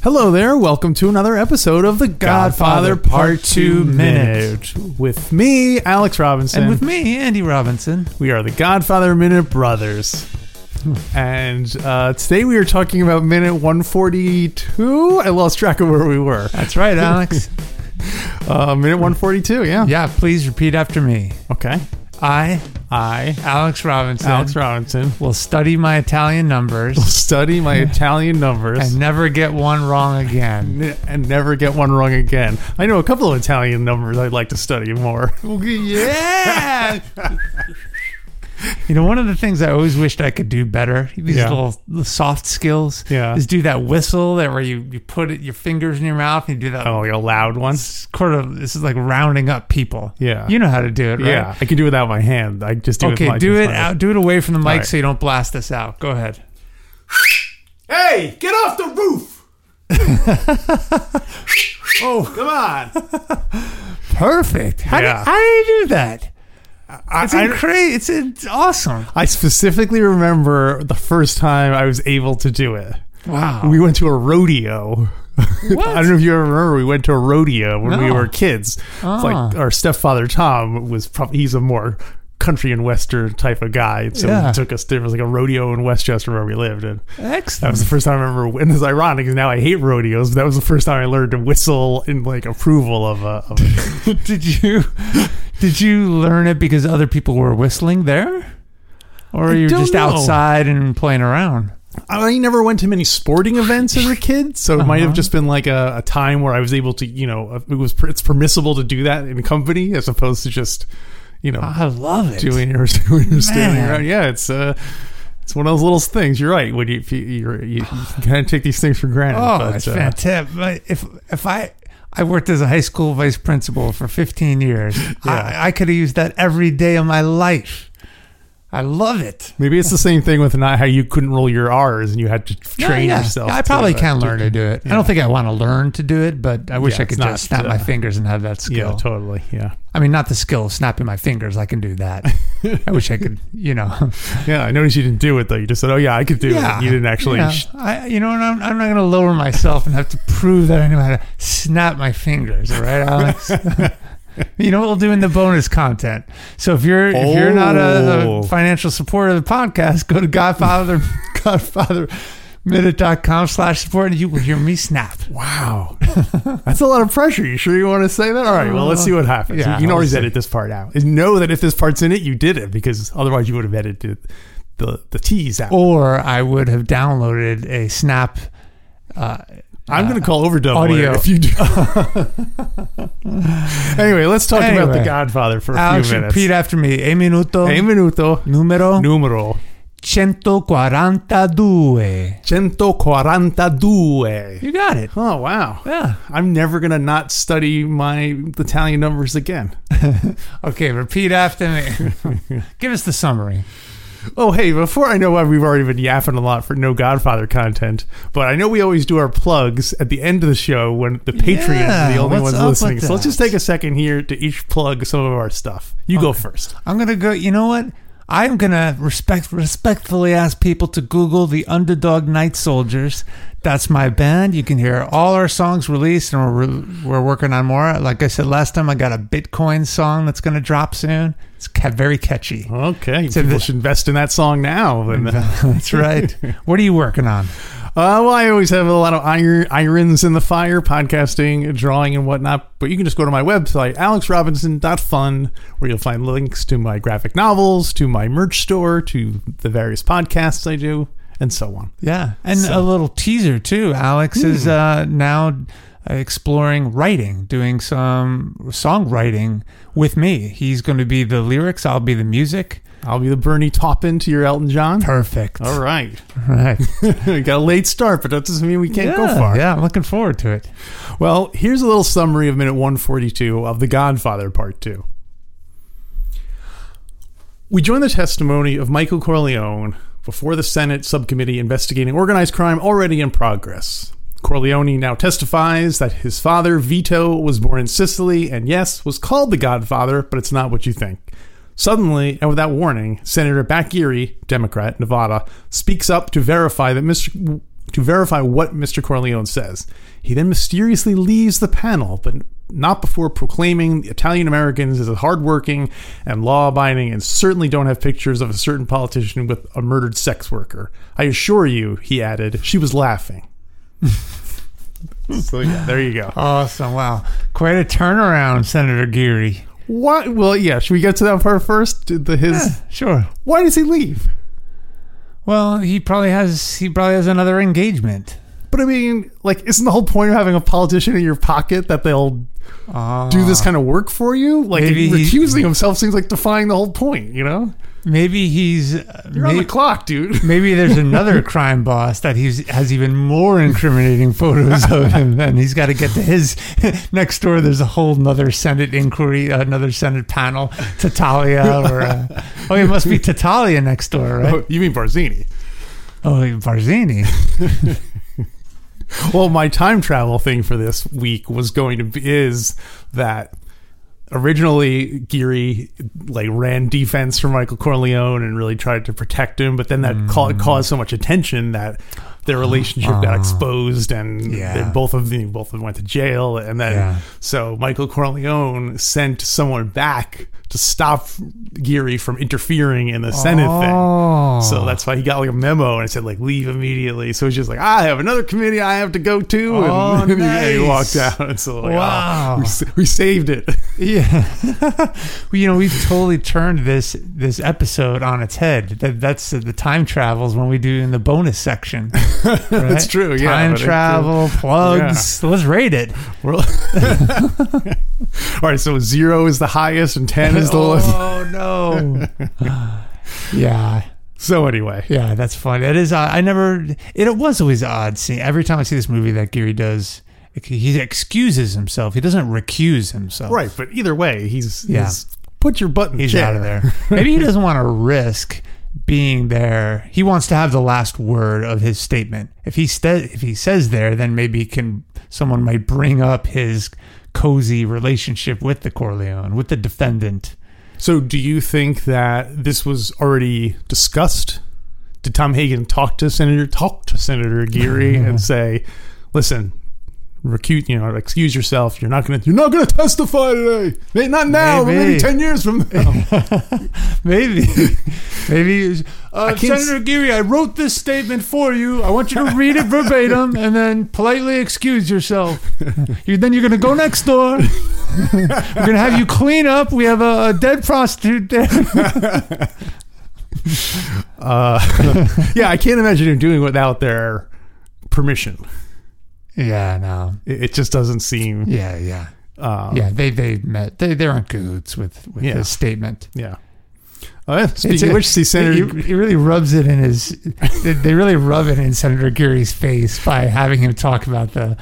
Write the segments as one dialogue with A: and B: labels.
A: Hello there. Welcome to another episode of The Godfather,
B: Godfather
A: Part
B: Part
A: 2
B: Two
A: Minute. With me, Alex Robinson.
B: And with me, Andy Robinson.
A: we are the Godfather Minute Brothers.
B: Hmm.
A: And uh, today we are talking about minute 142. I lost track of where we were.
B: That's right, Alex.
A: Uh, minute 142, yeah.
B: yeah, please repeat after me.
A: Okay.
B: I,
A: I,
B: Alex Robinson,
A: Alex Robinson,
B: will study my Italian numbers
A: study my Italian numbers
B: and never get one wrong again.
A: and, and never get one wrong again. I know a couple of Italian numbers I'd like to study more.
B: yeah. You know, one of the things I always wished I could do better, these
A: Yeah.
B: little, little soft skills,
A: Yeah.
B: is do that whistle that where you, you put it, your fingers in your mouth and you do that.
A: Oh, like a loud one?
B: Sort of, this is like rounding up people.
A: Yeah.
B: You know how to do it, right?
A: Yeah, I can do it without my hand. I just do it. with
B: Okay,
A: my
B: do
A: two
B: it
A: fingers.
B: out. Do it away from the mic
A: right.
B: so you don't blast us out. Go ahead.
A: Hey, get off the roof! oh, come on!
B: Perfect. How,
A: Yeah.
B: did, how did you do that? It's
A: I, I,
B: incredible. It's, it's awesome.
A: I specifically remember the first time I was able to do it.
B: Wow.
A: We went to a rodeo. I don't know if you ever remember. We went to a rodeo when we
B: No. Ah.
A: were kids. It's like our stepfather Tom was probably he's a more country and western type of guy. So
B: Yeah.
A: he took us. There was like a rodeo in Westchester where we lived, and That
B: Excellent.
A: was the first time I remember, and it's ironic because now I hate rodeos. But that was the first time I learned to whistle in like approval of a. Of a
B: did you did you learn it because other people were whistling there, or
A: I
B: you were
A: don't
B: just
A: know.
B: outside and playing around?
A: I never went to many sporting events as a kid, so it might have just been like a, a time where I was able to, you know, uh, it was it's permissible to do that in company as opposed to just, you know,
B: I love it.
A: doing your doing your standing
B: Man.
A: around. Yeah, it's uh, it's one of those little things. You're right. When you if you you're, you, you kind of take these things for granted.
B: Oh,
A: but,
B: it's
A: uh,
B: fantastic. Like, If if I I worked as a high school vice principal for 15 years,
A: Yeah.
B: I, I could have used that every day of my life. I love it.
A: Maybe it's the same thing with not how you couldn't roll your R's and you had to train
B: Yeah, yeah.
A: yourself.
B: I
A: to,
B: probably
A: uh,
B: can
A: do-
B: learn to do it. I don't think I want to learn to do it, but I wish
A: Yeah,
B: I could
A: it's
B: just
A: not,
B: snap my
A: uh,
B: fingers and have that
A: Yeah,
B: skill.
A: totally. Yeah.
B: I mean, not the skill of snapping my fingers. I can do that. I wish I could, you know.
A: Yeah, I noticed you didn't do it though. You just said, "Oh yeah, I could do it." You didn't actually.
B: Yeah. I, you know, and I'm, I'm not going to lower myself and have to prove that I know how to snap my fingers. All right, Alex. you know what we'll do in the bonus content. So if you're if you're not a,
A: Oh.
B: a financial supporter of the podcast, go to Godfather Godfather minute.com slash support and you will hear me snap
A: Wow, that's a lot of pressure. You sure you want to say that? All right, well, let's see what happens.
B: Yeah,
A: you can always
B: we'll see.
A: edit this part out. And know that if this part's in it, you did it because otherwise you would have edited the the tease out.
B: or i would have downloaded a snap uh,
A: I'm going to call overdub
B: audio.
A: later if you do. anyway, let's talk about
B: Anyway.
A: the Godfather for a
B: alex
A: few minutes.
B: repeat after me e minuto
A: Un minuto
B: numero
A: numero
B: 142
A: 142.
B: you got it
A: Oh wow.
B: yeah
A: I'm never gonna not study my Italian numbers again.
B: Okay, repeat after me. Give us the summary.
A: Oh hey, before I know why we've already been yapping a lot for no Godfather content, but I know we always do our plugs at the end of the show when the Patreons are
B: Yeah,
A: the only
B: what's
A: ones
B: up with
A: listening. So let's
B: that?
A: just take a second here to each plug some of our stuff. You go first.
B: I'm gonna go. You know what? I'm gonna respect respectfully ask people to Google the Underdog Night Soldiers. That's my band. You can hear all our songs released, and we're we're working on more. Like I said last time, I got a Bitcoin song that's gonna drop soon. It's ca- very catchy.
A: Okay,
B: So
A: people
B: the-
A: should invest in that song now. And, uh,
B: That's right. what are you working on?
A: well, I always have a lot of iron, irons in the fire, podcasting, drawing, and whatnot. But you can just go to my website, alexrobinson.fun, where you'll find links to my graphic novels, to my merch store, to the various podcasts I do, and so on.
B: Yeah, and a little teaser too. Alex is uh, now exploring writing, doing some songwriting with me. He's going to be the lyrics. I'll be the music.
A: I'll be the Bernie Taupin to your Elton John.
B: Perfect.
A: All right.
B: right.
A: we got a late start, but that doesn't mean we can't
B: yeah,
A: go far.
B: Yeah, I'm looking forward to it.
A: Well, here's a little summary of minute 142 of The Godfather Part 2. We join the testimony of Michael Corleone before the Senate subcommittee investigating organized crime already in progress. Corleone now testifies that his father, Vito, was born in Sicily and, yes, was called the Godfather, but it's not what you think. Suddenly, and without warning, Senator Bakiri, Democrat, Nevada, speaks up to verify that Mr. To verify what Mr. Corleone says, he then mysteriously leaves the panel, but not before proclaiming the Italian Americans as hardworking and law abiding and certainly don't have pictures of a certain politician with a murdered sex worker. I assure you, he added, she was laughing. so, yeah, there you go.
B: Awesome. Wow. Quite a turnaround, Senator Geary.
A: What? Well, yeah, should we get to that part first? The, his.
B: Sure.
A: Why does he leave?
B: Well, he probably has he probably has another engagement.
A: But I mean, like, isn't the whole point of having a politician in your pocket that they'll
B: Ah.
A: do this kind of work for you? Like,
B: Maybe he-
A: recusing himself seems like defying the whole point, you know?
B: Maybe he's uh,
A: You're on
B: may-
A: the clock, dude.
B: maybe there's another crime boss that he's has even more incriminating photos of him, and he's got to get to his next door. There's a whole nother Senate inquiry, uh, another Senate panel, Tatalia, or uh, oh, it must be Tatalia next door, right?
A: Oh, you mean Barzini?
B: Oh, Barzini.
A: Well, my time travel thing for this week was going to be is that originally Geary like ran defense for Michael Corleone and really tried to protect him, but then that ca-
B: Mm.
A: caused so much attention that their relationship got exposed and
B: Uh-huh. Yeah.
A: they- both of them both of them went to jail and then
B: Yeah.
A: so Michael Corleone sent someone back to stop Geary from interfering in the Senate thing.
B: Oh,
A: So that's why he got like a memo and it said like leave immediately. So he's just like, I have another committee I have to go to,
B: Oh,
A: and yeah, he
B: nice.
A: walked out. And so like,
B: Wow.
A: wow, we, s- we saved it.
B: Yeah, Well, you know we've totally turned this this episode on its head. That that's the time travels when we do in the bonus section.
A: That's
B: right?
A: true, yeah, but
B: time
A: it's, uh,
B: travel plugs. Let's rate it.
A: We're- All right, so zero is the highest and ten is the lowest.
B: oh no. yeah,
A: So anyway,
B: yeah, that's fun. It is. odd. I never. It, was always odd seeing every time I see this movie that Geary does. He excuses himself. He doesn't recuse himself.
A: right. But either way, he's
B: Yeah.
A: he's put your button.
B: He's out of there. Maybe he doesn't want to risk being there. He wants to have the last word of his statement. If he sta if he says there, then maybe can someone might bring up his cozy relationship with the Corleone, with the defendant.
A: So do you think that this was already discussed? Did Tom Hagen talk to Senator talk to Senator Geary and say, "Listen, recuse, you know, excuse yourself. You're not going to you're not going to testify today. May- Not now, but
B: Maybe.
A: maybe 10 years from now."
B: Maybe, maybe it was, uh,
A: can't
B: Senator Geary. I wrote this statement for you. I want you to read it verbatim and then politely excuse yourself. You, then you're gonna go next door. We're gonna have you clean up. We have a, a dead prostitute there.
A: uh, yeah, I can't imagine him doing it without their permission.
B: Yeah, no.
A: It, it just doesn't seem
B: Yeah, yeah.
A: um,
B: yeah, they they met. They they're in cahoots with with
A: Yeah.
B: this statement.
A: yeah. Uh,
B: It's-
A: speaking of which, see Senator
B: He, he really rubs it in his. they, they really rub it in Senator Geary's face by having him talk about the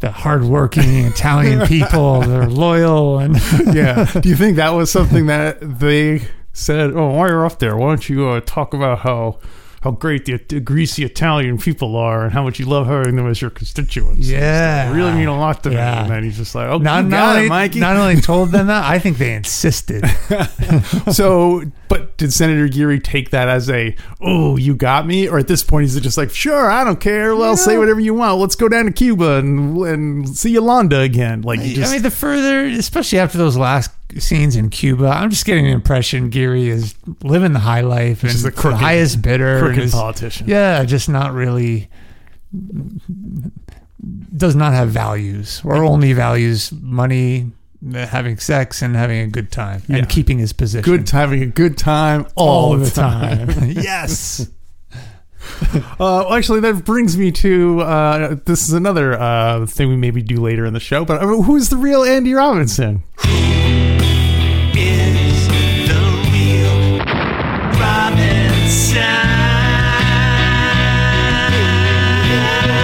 B: the hardworking Italian people. They're loyal and
A: yeah. Do you think that was something that they said? Oh, while you're up there, why don't you uh, talk about how how great the, the greasy Italian people are and how much you love having them as your constituents?
B: yeah,
A: They really mean a lot to
B: Yeah.
A: me. And then he's just like, "Oh,
B: Not,
A: you
B: not,
A: got
B: only,
A: it, Mikey."
B: not only told them that, I think they insisted.
A: so, but did Senator Geary take that as a, "Oh, you got me," or at this point is it just like, "Sure, I don't care. Well, say
B: No.
A: whatever you want. Let's go down to Cuba and and see Yolanda again." Like, you just
B: I mean, the further, especially after those last scenes in Cuba, I'm just getting the impression Geary is living the high life and
A: Just a
B: the,
A: crooked-
B: highest bidder. and
A: crooked
B: is-
A: politician.
B: yeah, just not really does not have values or only values money, having sex, and having a good time
A: Yeah.
B: and keeping his position.
A: Good having a good time all,
B: all,
A: the
B: the
A: time.
B: time. yes.
A: Uh, actually, that brings me to uh, this is another uh, thing we maybe do later in the show. But uh, who's the real Andy Robinson?
C: is the real Robinson.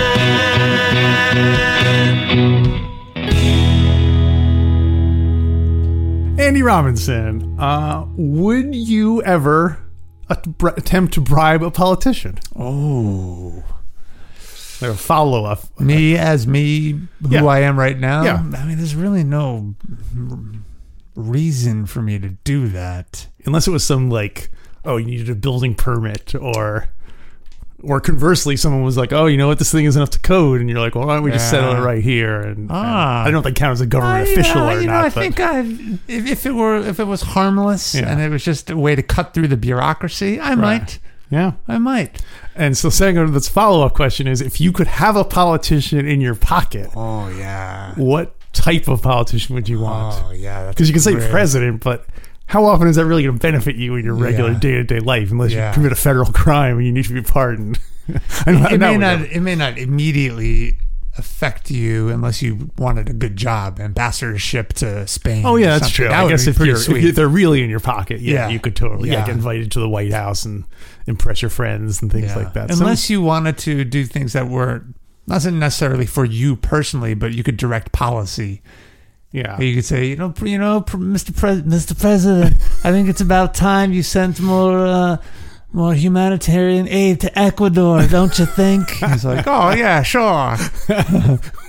A: Andy Andy Robinson, uh, would you ever att- br- attempt to bribe a politician?
B: Oh,
A: Like a follow up.
B: me as me, who
A: Yeah.
B: I am right now.
A: Yeah.
B: I mean, there's really no reason for me to do that.
A: Unless it was some like, oh, you needed a building permit or. Or conversely, someone was like, "Oh, you know what? This thing isn't up to code," and you're like, "Well, why don't we just settle it
B: Yeah.
A: right here?" And, and
B: Ah.
A: I don't know if that counts as a
B: I-
A: government official
B: I-
A: or
B: you know,
A: not.
B: I
A: but
B: think I, if, if it were, if it was harmless
A: Yeah.
B: and it was just a way to cut through the bureaucracy, I might,
A: yeah.
B: I might.
A: And so, second, that's follow up question is: if you could have a politician in your pocket,
B: Oh yeah. Oh,
A: what type of politician would you
B: Ah,
A: want?
B: yeah.
A: Because you can say president, but how often is that really going to benefit you in your regular
B: Yeah.
A: day to day life unless
B: Yeah.
A: you commit a federal crime and you need to be pardoned? I know,
B: It
A: that
B: may
A: would
B: not.
A: go.
B: It may not immediately affect you unless you wanted a good job, ambassadorship to Spain.
A: Oh
B: or
A: yeah, that's
B: something.
A: true.
B: That
A: I
B: would
A: guess
B: be
A: if,
B: pretty
A: you're,
B: sweet.
A: if you- they're really in your pocket, yeah,
B: Yeah.
A: you could totally yeah.
B: Yeah.
A: get invited to the White House and impress your friends and things
B: Yeah.
A: like that. So-
B: Unless you wanted to do things that were not necessarily for you personally, but you could direct policy.
A: yeah,
B: You could say, you know, pr- you know, pr- Mr. Pres Mr. President, I think it's about time you sent more. Uh, more humanitarian aid to Ecuador, don't you think? He's like, oh yeah, sure.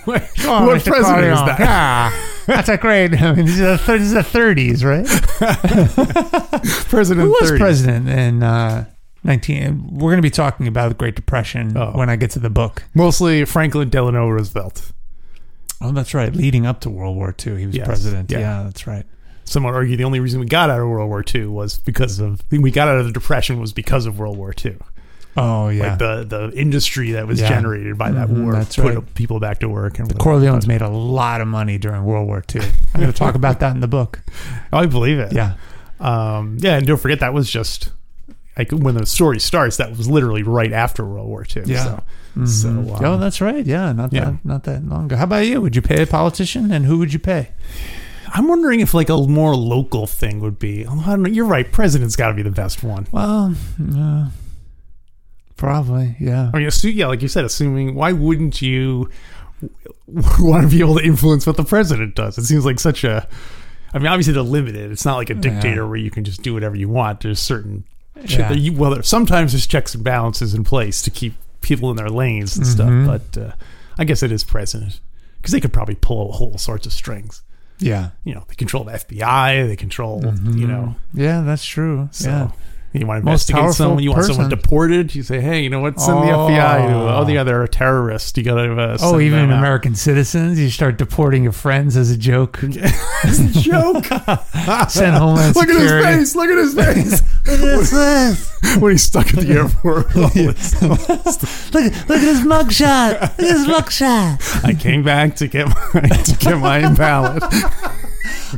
A: what
B: Oh,
A: what president is that?
B: Yeah, that's a great. I mean, this is the, this is the 30s, right?
A: President
B: Who was
A: 30.
B: president in uh, 19? We're going to be talking about the Great Depression
A: Oh.
B: when I get to the book.
A: Mostly Franklin Delano Roosevelt.
B: Oh, that's right. Leading up to World War II, he was
A: Yes.
B: president.
A: Yeah.
B: Yeah. that's right.
A: Some would argue the only reason we got out of World War II was because of we got out of the Depression was because of World War II.
B: Oh yeah.
A: Like the the industry that was
B: Yeah.
A: generated by that
B: Mhm,
A: war
B: that's
A: put
B: right.
A: people back to work. And
B: Corleone's made a lot of money during World War II. I'm going to talk about that in the book.
A: I believe it.
B: Yeah.
A: Um, yeah, and don't forget that was just like when the story starts. That was literally right after World War II.
B: Yeah.
A: So,
B: Mhm.
A: so, um,
B: oh, that's right. Yeah, not
A: yeah.
B: that not that long ago. How about you? Would you pay a politician, and who would you pay?
A: I'm wondering if like a more local thing would be. I don't know, you're right. President's got to be the best one.
B: Well, uh, probably. Yeah.
A: I mean, assu- yeah, like you said, assuming why wouldn't you want to be able to influence what the president does? It seems like such a. I mean, obviously they're limited. It's not like a dictator where you can just do whatever you want. There's certain shit
B: Yeah.
A: that you well, there- sometimes there's checks and balances in place to keep people in their lanes and
B: Mhm.
A: stuff. But uh, I guess it is president because they could probably pull whole sorts of strings.
B: Yeah.
A: You know, they control the FBI. They control
B: Mm-hmm.
A: you know.
B: Mm. Yeah, that's true.
A: So
B: yeah.
A: you want to
B: Most
A: investigate
B: powerful
A: someone, you want someone
B: person.
A: deported, you say, hey, you know what, send the
B: Oh.
A: FBI to, oh, the other terrorists. You got to uh,
B: Oh,
A: send
B: even
A: them out."
B: American citizens, you start deporting your friends as a joke.
A: It's a joke.
B: Send Homeland
A: look at his
B: Security.
A: face. Look at his face. when he's stuck at the airport. with all this-
B: Look, look at his mugshot. Look at his mugshot.
A: I came back to get my, to get my ballot.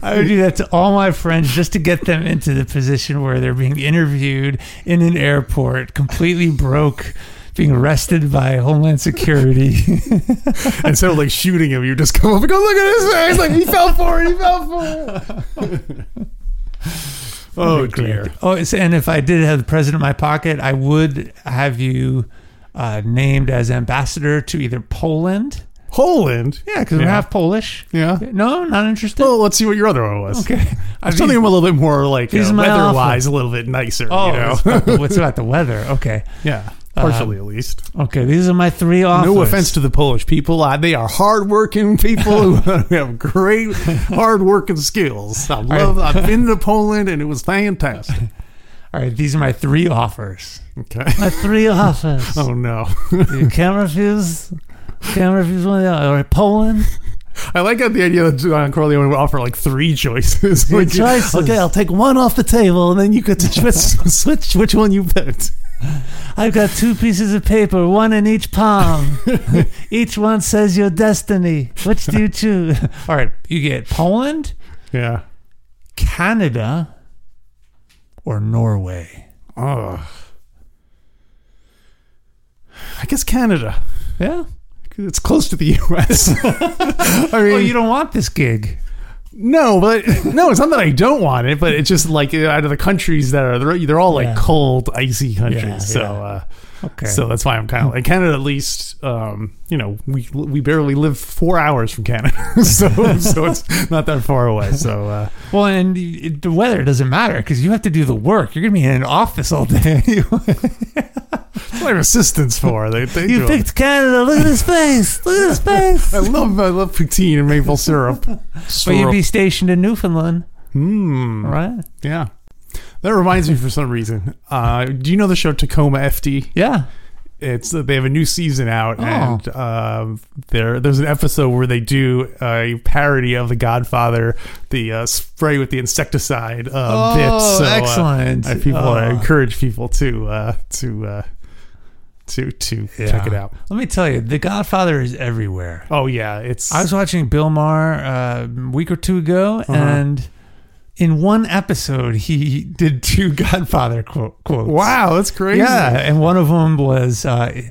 B: I would do that to all my friends just to get them into the position where they're being interviewed in an airport, completely broke, being arrested by Homeland Security.
A: Instead of like shooting him, you just come up and go, look at his face. Like he fell for it. He fell for it. oh, dear.
B: Oh, it's- and if I did have the president in my pocket, I would have you uh, named as ambassador to either Poland.
A: Poland.
B: Yeah, because we're
A: Yeah.
B: half Polish.
A: Yeah.
B: No, not interested.
A: Well, let's see what your other one was.
B: okay. I
A: Something
B: mean-
A: a little bit more like
B: He's
A: uh,
B: my
A: weather wise, a little bit nicer.
B: oh,
A: you know?
B: it's, Um, about the, it's about the weather. Okay.
A: yeah, partially at least.
B: Okay. These are my three offers.
A: No offense to the Polish people. Uh, they are hardworking people who have great hardworking skills. I love. I've been to Poland and it was fantastic.
B: All right. These are my three offers.
A: Okay.
B: My three offers.
A: Oh no!
B: You can't refuse. Can't refuse one of the other. All right, Poland.
A: I like how the idea that Don Corleone would offer like three choices.
B: Three
A: Like,
B: choices.
A: Okay, I'll take one off the table, and then you get to switch, switch which one you picked.
B: I've got two pieces of paper, one in each palm. each one says your destiny. Which do you choose? All right, you get Poland,
A: Yeah.
B: Canada, or Norway.
A: Oh. I guess Canada.
B: Yeah.
A: 'Cause It's close to the U.S. I mean,
B: Well, Oh, you don't want this gig.
A: no, but no, it's not that I don't want it, uh, but it's just like out of the countries that are they're, they're all like
B: Yeah.
A: cold, icy countries.
B: Yeah,
A: so
B: yeah.
A: Uh,
B: Okay.
A: So that's why I'm kind of like Canada. At least, um, you know, we we barely live four hours from Canada, so so it's not that far away. So uh,
B: well, and y- the weather doesn't matter because you have to do the work. You're gonna be in an office all day. you
A: what are assistants for? They, they do
B: you
A: it.
B: picked Canada. Look at his face. Look at his face.
A: I love I love poutine and maple syrup.
B: But you'd
A: Syrup.
B: be stationed in Newfoundland,
A: Hmm.
B: right?
A: Yeah. That reminds me for some reason. Uh, do you know the show Tacoma FD?
B: Yeah.
A: It's they have a new season out,
B: Oh.
A: and um, there there's an episode where they do a parody of The Godfather, the uh, spray with the insecticide uh, bit. So, uh,
B: Oh, excellent.
A: I, people, I
B: Oh.
A: encourage people to uh, to uh, to to check
B: Yeah.
A: it out.
B: Let me tell you, The Godfather is everywhere.
A: Oh yeah, it's
B: I was watching Bill Maher uh, a week or two ago,
A: Uh-huh.
B: and in one episode, he did two Godfather quote, quotes.
A: wow, that's crazy.
B: Yeah, and one of them was uh,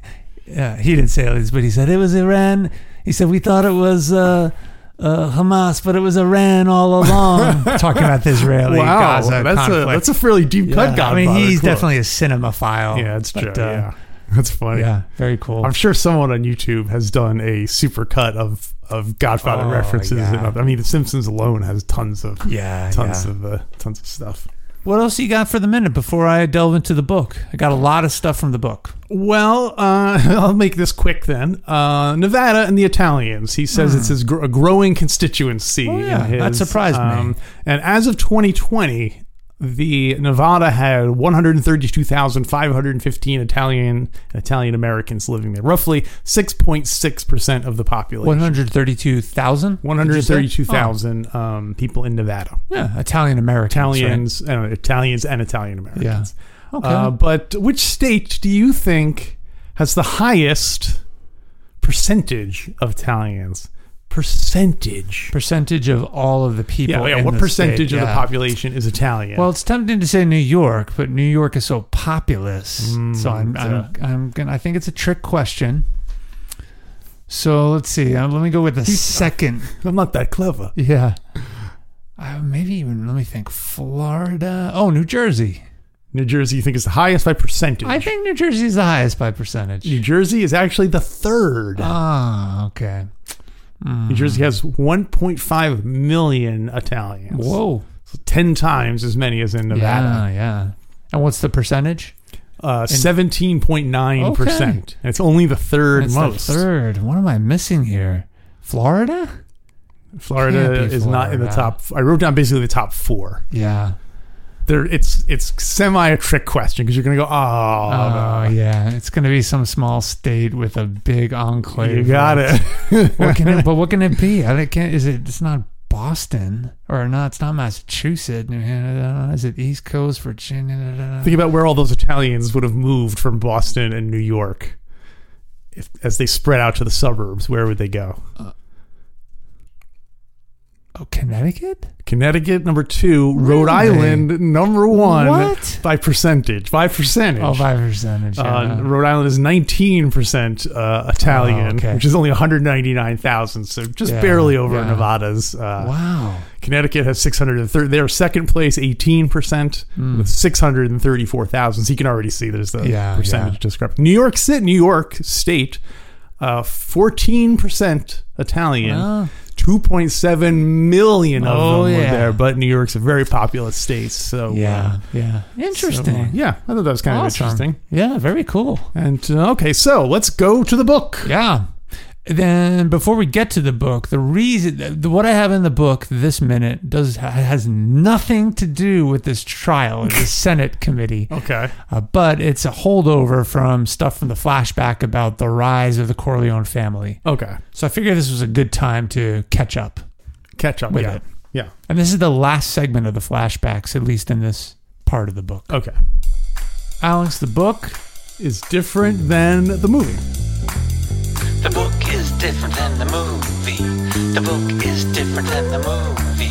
B: uh, he didn't say this, but he said it was Iran. He said we thought it was uh, uh, Hamas, but it was Iran all along. Talking about the Israeli
A: wow,
B: Gaza
A: that's
B: conflict.
A: a that's a fairly deep
B: Yeah.
A: cut.
B: I mean,
A: Godfather
B: he's
A: quote.
B: definitely a cinemaphile.
A: yeah, it's true.
B: but, uh,
A: yeah, that's funny.
B: yeah, very cool.
A: I'm sure someone on YouTube has done a super cut of of Godfather
B: Oh,
A: references.
B: yeah.
A: And, other- I mean, The Simpsons alone has tons of
B: yeah,
A: tons
B: yeah.
A: of uh, tons of stuff.
B: What else you got for the minute before I delve into the book? I got a lot of stuff from the book.
A: Well, uh, I'll make this quick then. Uh, Nevada and the Italians. He says it's his gr- a growing constituency.
B: Oh,
A: in
B: yeah. That
A: his, um,
B: surprised me.
A: And as of 2020, the Nevada had 132,515 Italian Italian Americans living there, roughly 6.6 percent of the population.
B: One hundred thirty-two thousand.
A: 132,000
B: Oh.
A: um, people in Nevada.
B: Yeah, Italian American.
A: Italians, uh, Italians and Italian Americans.
B: Yeah. Okay.
A: Uh, but which state do you think has the highest percentage of Italians? Percentage.
B: percentage of all of the people.
A: Yeah, yeah.
B: in
A: What
B: the
A: percentage
B: state,
A: of the
B: yeah.
A: population is Italian?
B: Well, it's tempting to say New York, but New York is so populous. so I'm,
A: so-
B: I'm, I'm gonna. I think it's a trick question. So let's see. Uh, let me go with the second.
A: I'm not that clever.
B: Yeah. Uh, maybe even let me think. Florida. Oh, New Jersey.
A: New Jersey, you think is the highest by percentage?
B: I think New Jersey is the highest by percentage.
A: New Jersey is actually the third.
B: ah, okay.
A: New Jersey has 1.5 million Italians.
B: Whoa.
A: 10 times as many as in Nevada.
B: Yeah, yeah. And what's the percentage?
A: Uh, seventeen point nine percent. It's only the third
B: That's the
A: most.
B: third. What am I missing here? Florida?
A: Florida
B: Can't be
A: is not in the
B: Florida.
A: top. I wrote down basically the top four.
B: Yeah.
A: There, it's it's semi a trick question because you're gonna go, oh,
B: Oh, yeah. It's going to be some small state with a big enclave.
A: you got it.
B: What can it, but what can it be? I can't. Is it? It's not Boston or not? It's not Massachusetts. Is it East Coast, Virginia?
A: Think about where all those Italians would have moved from Boston and New York, if, as they spread out to the suburbs. Where would they go?
B: Oh, Connecticut?
A: Connecticut number two, Rhode
B: Really?
A: Island number one
B: What?
A: by percentage. By percentage.
B: Oh, by percentage.
A: Uh,
B: yeah.
A: Rhode Island is 19% uh, Italian,
B: Oh, okay.
A: which is only 199,000, so just
B: Yeah,
A: barely over
B: yeah.
A: Nevada's. Uh,
B: wow.
A: Connecticut has 630. They're second place, 18%, with 634,000. So you can already see there's the
B: Hmm. Yeah,
A: percentage
B: yeah.
A: discrepancy. New York City, New York State, uh, 14% Italian.
B: Oh.
A: 2.7 million of
B: Oh,
A: them were
B: yeah.
A: there, but New York's a very populous state, so uh,
B: Yeah. Yeah. Interesting.
A: yeah, I thought that was kind
B: Awesome.
A: of interesting.
B: Yeah. Very cool.
A: And uh, okay, so let's go to the book.
B: Yeah. Then before we get to the book, the reason the, what I have in the book this minute does has nothing to do with this trial of the Senate committee,
A: Okay.
B: uh, but it's a holdover from stuff from the flashback about the rise of the Corleone family.
A: Okay.
B: So I figured this was a good time to catch up.
A: Catch up.
B: With
A: yeah.
B: it.
A: Yeah.
B: And this is the last segment of the flashbacks, at least in this part of the book.
A: Okay.
B: Alex, the book.
A: Is different than the movie.
C: The book is different than the movie. The book is different than the movie.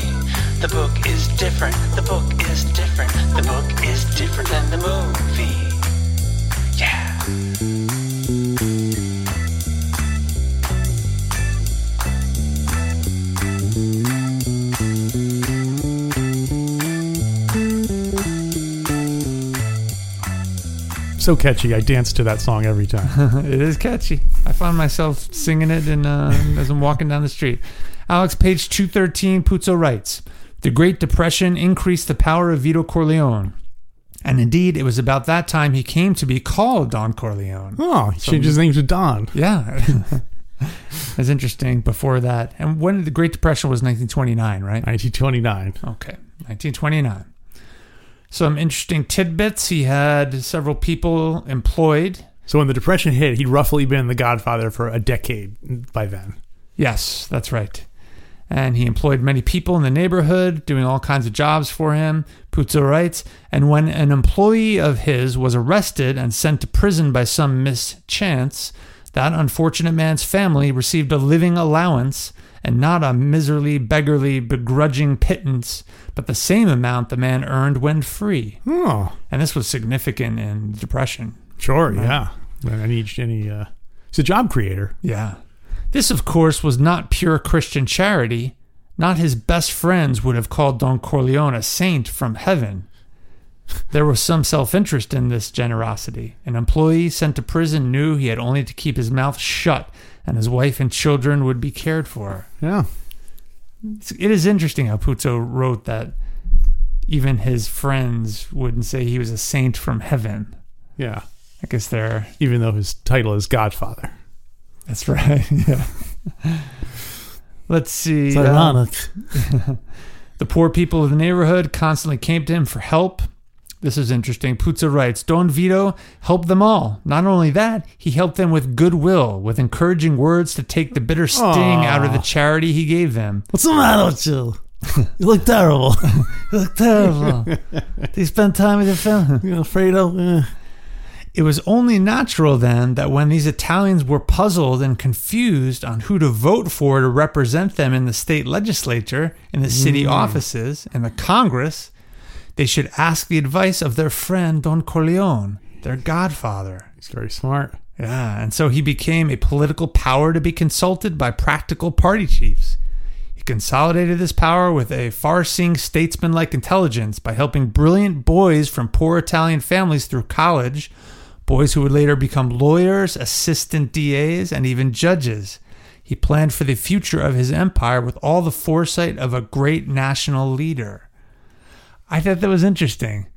C: The book is different. The book is different. The book is different than the movie. Yeah.
A: so catchy. I dance to that song every time.
B: it is catchy. I find myself singing it in, uh, as I'm walking down the street. Alex, page 213, Puzo writes The Great Depression increased the power of Vito Corleone. And indeed, it was about that time he came to be called Don Corleone.
A: Oh, he changed his name to Don.
B: Yeah. That's interesting. Before that, and when the Great Depression was 1929, right?
A: 1929.
B: Okay, 1929. Some interesting tidbits. He had several people employed.
A: So when the Depression hit, he'd roughly been the Godfather for a decade by then.
B: Yes, that's right. And he employed many people in the neighborhood, doing all kinds of jobs for him, Puzo writes. And when an employee of his was arrested and sent to prison by some mischance, that unfortunate man's family received a living allowance and not a miserly, beggarly, begrudging pittance, but the same amount the man earned when free.
A: Oh,
B: And this was significant in the Depression.
A: sure, yeah. And any any uh, he's a job creator.
B: Yeah. This, of course, was not pure Christian charity. Not his best friends would have called Don Corleone a saint from heaven. There was some self interest in this generosity. An employee sent to prison knew he had only to keep his mouth shut, and his wife and children would be cared for.
A: Yeah,
B: It's- It is interesting how Puzo wrote that even his friends wouldn't say he was a saint from heaven.
A: yeah.
B: I guess they're
A: Even though his title is Godfather,
B: That's right. Yeah. Let's see.
A: it's
B: uh,
A: ironic.
B: the poor people of the neighborhood constantly came to him for help. This is interesting. Puzo writes Don Vito helped them all. Not only that, he helped them with goodwill, with encouraging words to take the bitter sting
A: Aw.
B: out of the charity he gave them.
A: What's the matter with you? You look terrible.
B: Look terrible. they spent time with the family.
A: you uh, Alfredo.
B: It was only natural then that when these Italians were puzzled and confused on who to vote for to represent them in the state legislature, in the city offices, in the Congress, they should ask the advice of their friend Don Corleone, their godfather.
A: He's very smart.
B: Yeah, and so he became a political power to be consulted by practical party chiefs. He consolidated this power with a far seeing statesman like intelligence by helping brilliant boys from poor Italian families through college, boys who would later become lawyers, assistant DAs, and even judges. He planned for the future of his empire with all the foresight of a great national leader. I thought that was interesting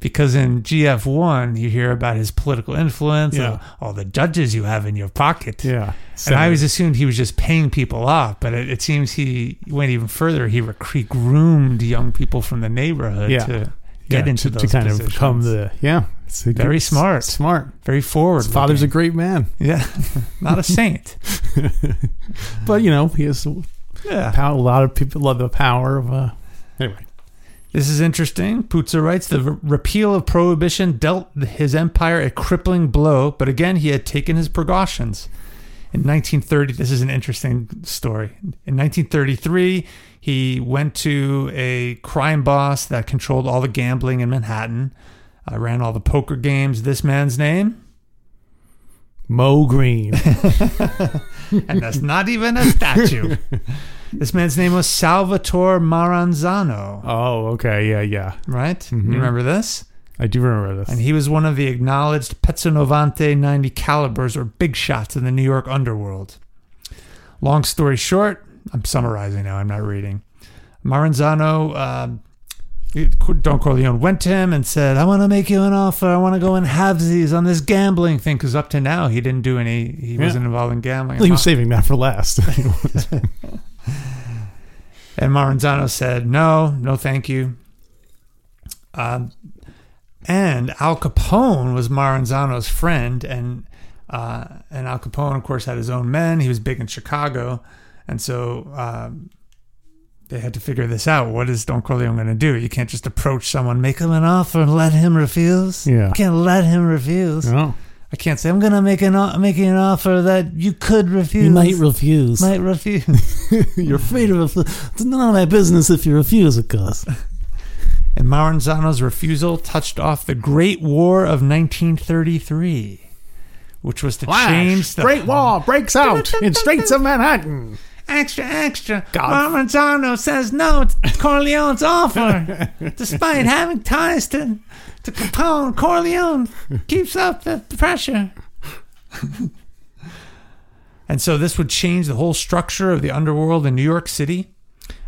B: because in GF1, you hear about his political influence,
A: Yeah.
B: and all the judges you have in your pocket.
A: Yeah,
B: And I always assumed he was just paying people off, but it, it seems he went even further. He, rec- he groomed young people from the neighborhood
A: Yeah.
B: to get
A: Yeah,
B: into
A: to,
B: those
A: to kind
B: positions.
A: of become the yeah. It's a
B: Very
A: good-
B: smart.
A: smart.
B: very forward.
A: His father's a great man,
B: looking. yeah, not a saint.
A: but you know he has
B: yeah,
A: pow- a lot of people love the power of. Uh, anyway,
B: this is interesting. Puzo writes the re- repeal of prohibition dealt his empire a crippling blow, but again he had taken his precautions. In 1930, this is an interesting story. In 1933, he went to a crime boss that controlled all the gambling in Manhattan, uh, ran all the poker games. This man's name,
A: Mo Green.
B: and that's not even a statue. this man's name was Salvatore Maranzano,
A: oh, okay, yeah, yeah.
B: right? You remember this?
A: I do remember
B: And
A: this.
B: he was one of the acknowledged Pezzonovante 90 calibers or big shots in the New York underworld. Long story short, I'm summarizing now, I'm not reading. Maranzano, uh, Don Corleone went to him and said, I want to make you an offer. I want to go and have these on this gambling thing. Because up to now, he didn't do any, he wasn't involved in gambling.
A: He was saving that for last.
B: And Maranzano said, no, no, thank you. Um, and Al Capone was Maranzano's friend. And, uh, and Al Capone, of course, had his own men. He was big in Chicago. And so um, they had to figure this out. What is Don Corleone going to do? You can't just approach someone, make him an offer, and let him refuse.
A: Yeah.
B: You can't let him refuse.
A: oh.
B: I can't say, I'm going to make an, o- make you an offer that you could refuse.
A: refuse.
B: might refuse.
A: You're afraid of. It's none of my business if you refuse, of course.
B: and Maranzano's refusal touched off the Great War of 1933, which was to change the
A: Great Wall breaks out in Straits of Manhattan.
B: Extra, extra.
A: God.
B: Maranzano says no to Corleone's offer. Despite having ties to, to Capone, Corleone keeps up the pressure. and so this would change the whole structure of the underworld in New York City.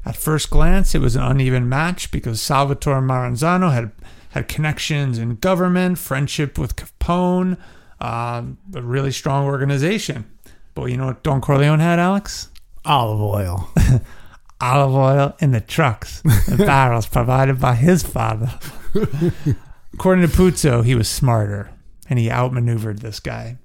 B: At first glance, it was an uneven match because Salvatore Maranzano had had connections in government, friendship with Capone, um, a really strong organization. But you know what Don Corleone had, Alex?
A: Olive oil.
B: Olive oil in the trucks and barrels provided by his father. According to Puzo, he was smarter and he outmaneuvered this guy.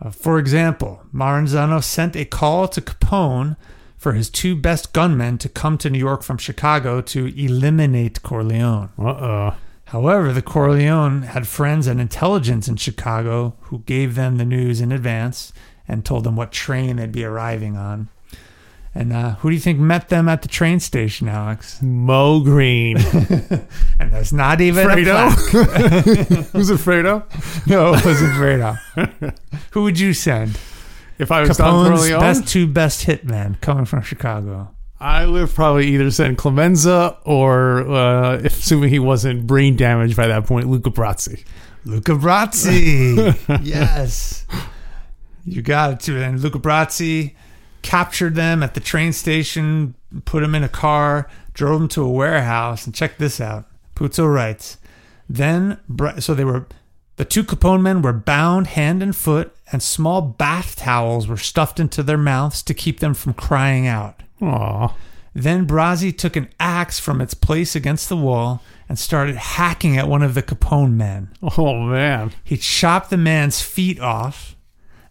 B: Uh, for example, Maranzano sent a call to Capone for his two best gunmen to come to New York from Chicago to eliminate Corleone.
A: Uh oh.
B: However, the Corleone had friends and intelligence in Chicago who gave them the news in advance and told them what train they'd be arriving on. And uh, who do you think met them at the train station, Alex?
A: Mo Green.
B: And that's not even a
A: Fredo?
B: plaque.
A: Who's it, Fredo?
B: No, it wasn't Fredo. who would you send?
A: If I was Don
B: Capone's
A: Corleone,
B: best two best hitmen coming from Chicago.
A: I would have probably either sent Clemenza or, uh, if assuming he wasn't brain damaged by that point, Luca Brazzi.
B: Luca Brazzi. yes. You got it, too. And Luca Brazzi captured them at the train station, put them in a car, drove them to a warehouse. And check this out Puzo writes. Then, Bra- so they were, the two Capone men were bound hand and foot, and small bath towels were stuffed into their mouths to keep them from crying out.
A: Aw.
B: Then Brazzi took an axe from its place against the wall and started hacking at one of the Capone men.
A: Oh, man.
B: He chopped the man's feet off,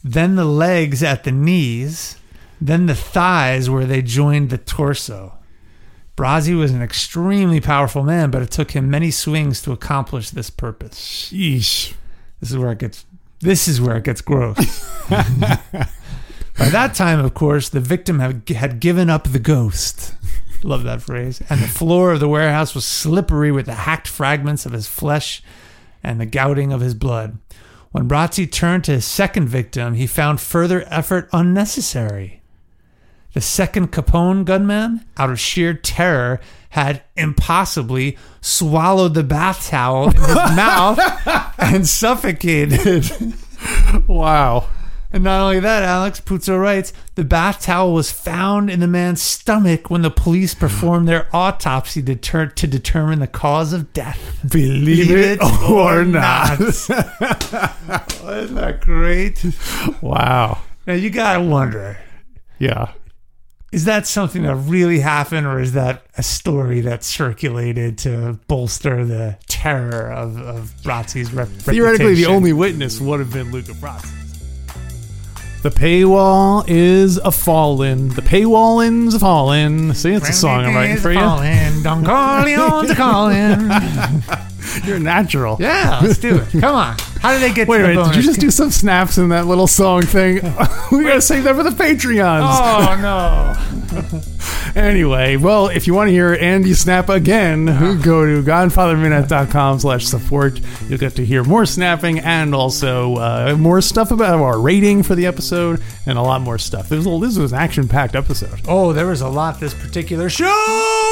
B: then the legs at the knees, then the thighs where they joined the torso. Brazzi was an extremely powerful man, but it took him many swings to accomplish this purpose.
A: Sheesh.
B: This is where it gets this is where it gets gross. By that time, of course, the victim had, had given up the ghost. Love that phrase. And the floor of the warehouse was slippery with the hacked fragments of his flesh and the gouting of his blood. When Brazzi turned to his second victim, he found further effort unnecessary. The second Capone gunman, out of sheer terror, had impossibly swallowed the bath towel in his mouth and suffocated.
A: Wow.
B: And not only that, Alex Puzo writes the bath towel was found in the man's stomach when the police performed their autopsy to, ter- to determine the cause of death.
A: Believe it or not.
B: Isn't that great?
A: Wow.
B: Now you gotta wonder:
A: Yeah.
B: is that something that really happened, or is that a story that circulated to bolster the terror of, of Brazzi's rep-
A: Theoretically, the
B: reputation?
A: only witness would have been Luca Brazzi. The paywall is a fallen. The paywallin's a fallen. See, it's a song I'm writing for you.
B: Calling, Don Corleone's calling.
A: You're natural.
B: Yeah, let's do it. Come on. How did they get
A: Wait
B: to
A: a
B: the
A: minute, did you
B: bonus?
A: just do some snaps in that little song thing? we gotta save that for the Patreons.
B: Oh no.
A: Anyway, well, if you want to hear Andy snap again, go to godfatherminute.com slash support. You'll get to hear more snapping and also uh, more stuff about our rating for the episode and a lot more stuff. There's a, this was an action-packed episode.
B: Oh, there was a lot this particular show.